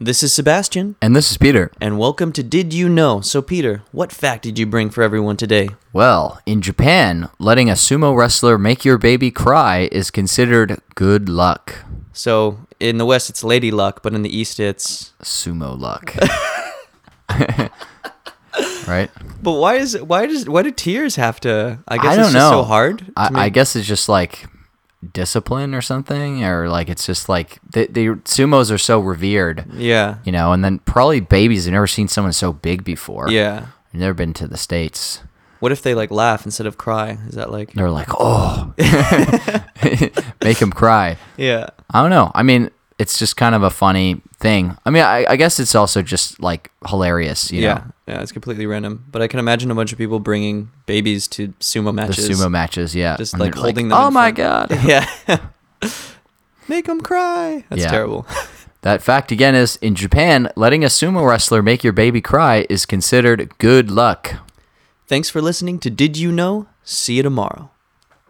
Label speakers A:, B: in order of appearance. A: This is Sebastian,
B: And this is Peter.
A: and welcome to Did You Know? So, Peter, what fact did you bring for everyone today?
B: Well, in Japan, letting a sumo wrestler make your baby cry is considered good luck.
A: So, in the West, it's lady luck, but in the East, it's.
B: Sumo luck. right?
A: But why is it? Why does? Why do tears have to? I guess
B: I
A: it's
B: don't know.
A: just so hard. to
B: I, I
A: make-
B: guess it's just like discipline or something, or like it's just like the, the sumos are so revered,
A: yeah,
B: you know, and then probably babies have never seen someone so big before.
A: yeah.
B: They've never been to the States.
A: What if they like laugh instead of cry? Is that like?
B: They're like, oh, make him cry.
A: Yeah,
B: I don't know. I mean, it's just kind of a funny thing. I mean, I, I guess it's also just like hilarious, you
A: yeah,
B: know,
A: yeah. It's completely random, but I can imagine a bunch of people bringing babies to sumo
B: the
A: matches.
B: sumo matches. Yeah,
A: Just,
B: And
A: like,
B: they're
A: holding them
B: Oh
A: in
B: my
A: front.
B: god!
A: yeah. Make them cry. That's
B: Yeah.
A: terrible.
B: That fact again is in Japan, letting a sumo wrestler make your baby cry is considered good luck.
A: Thanks for listening to Did You Know? See you tomorrow.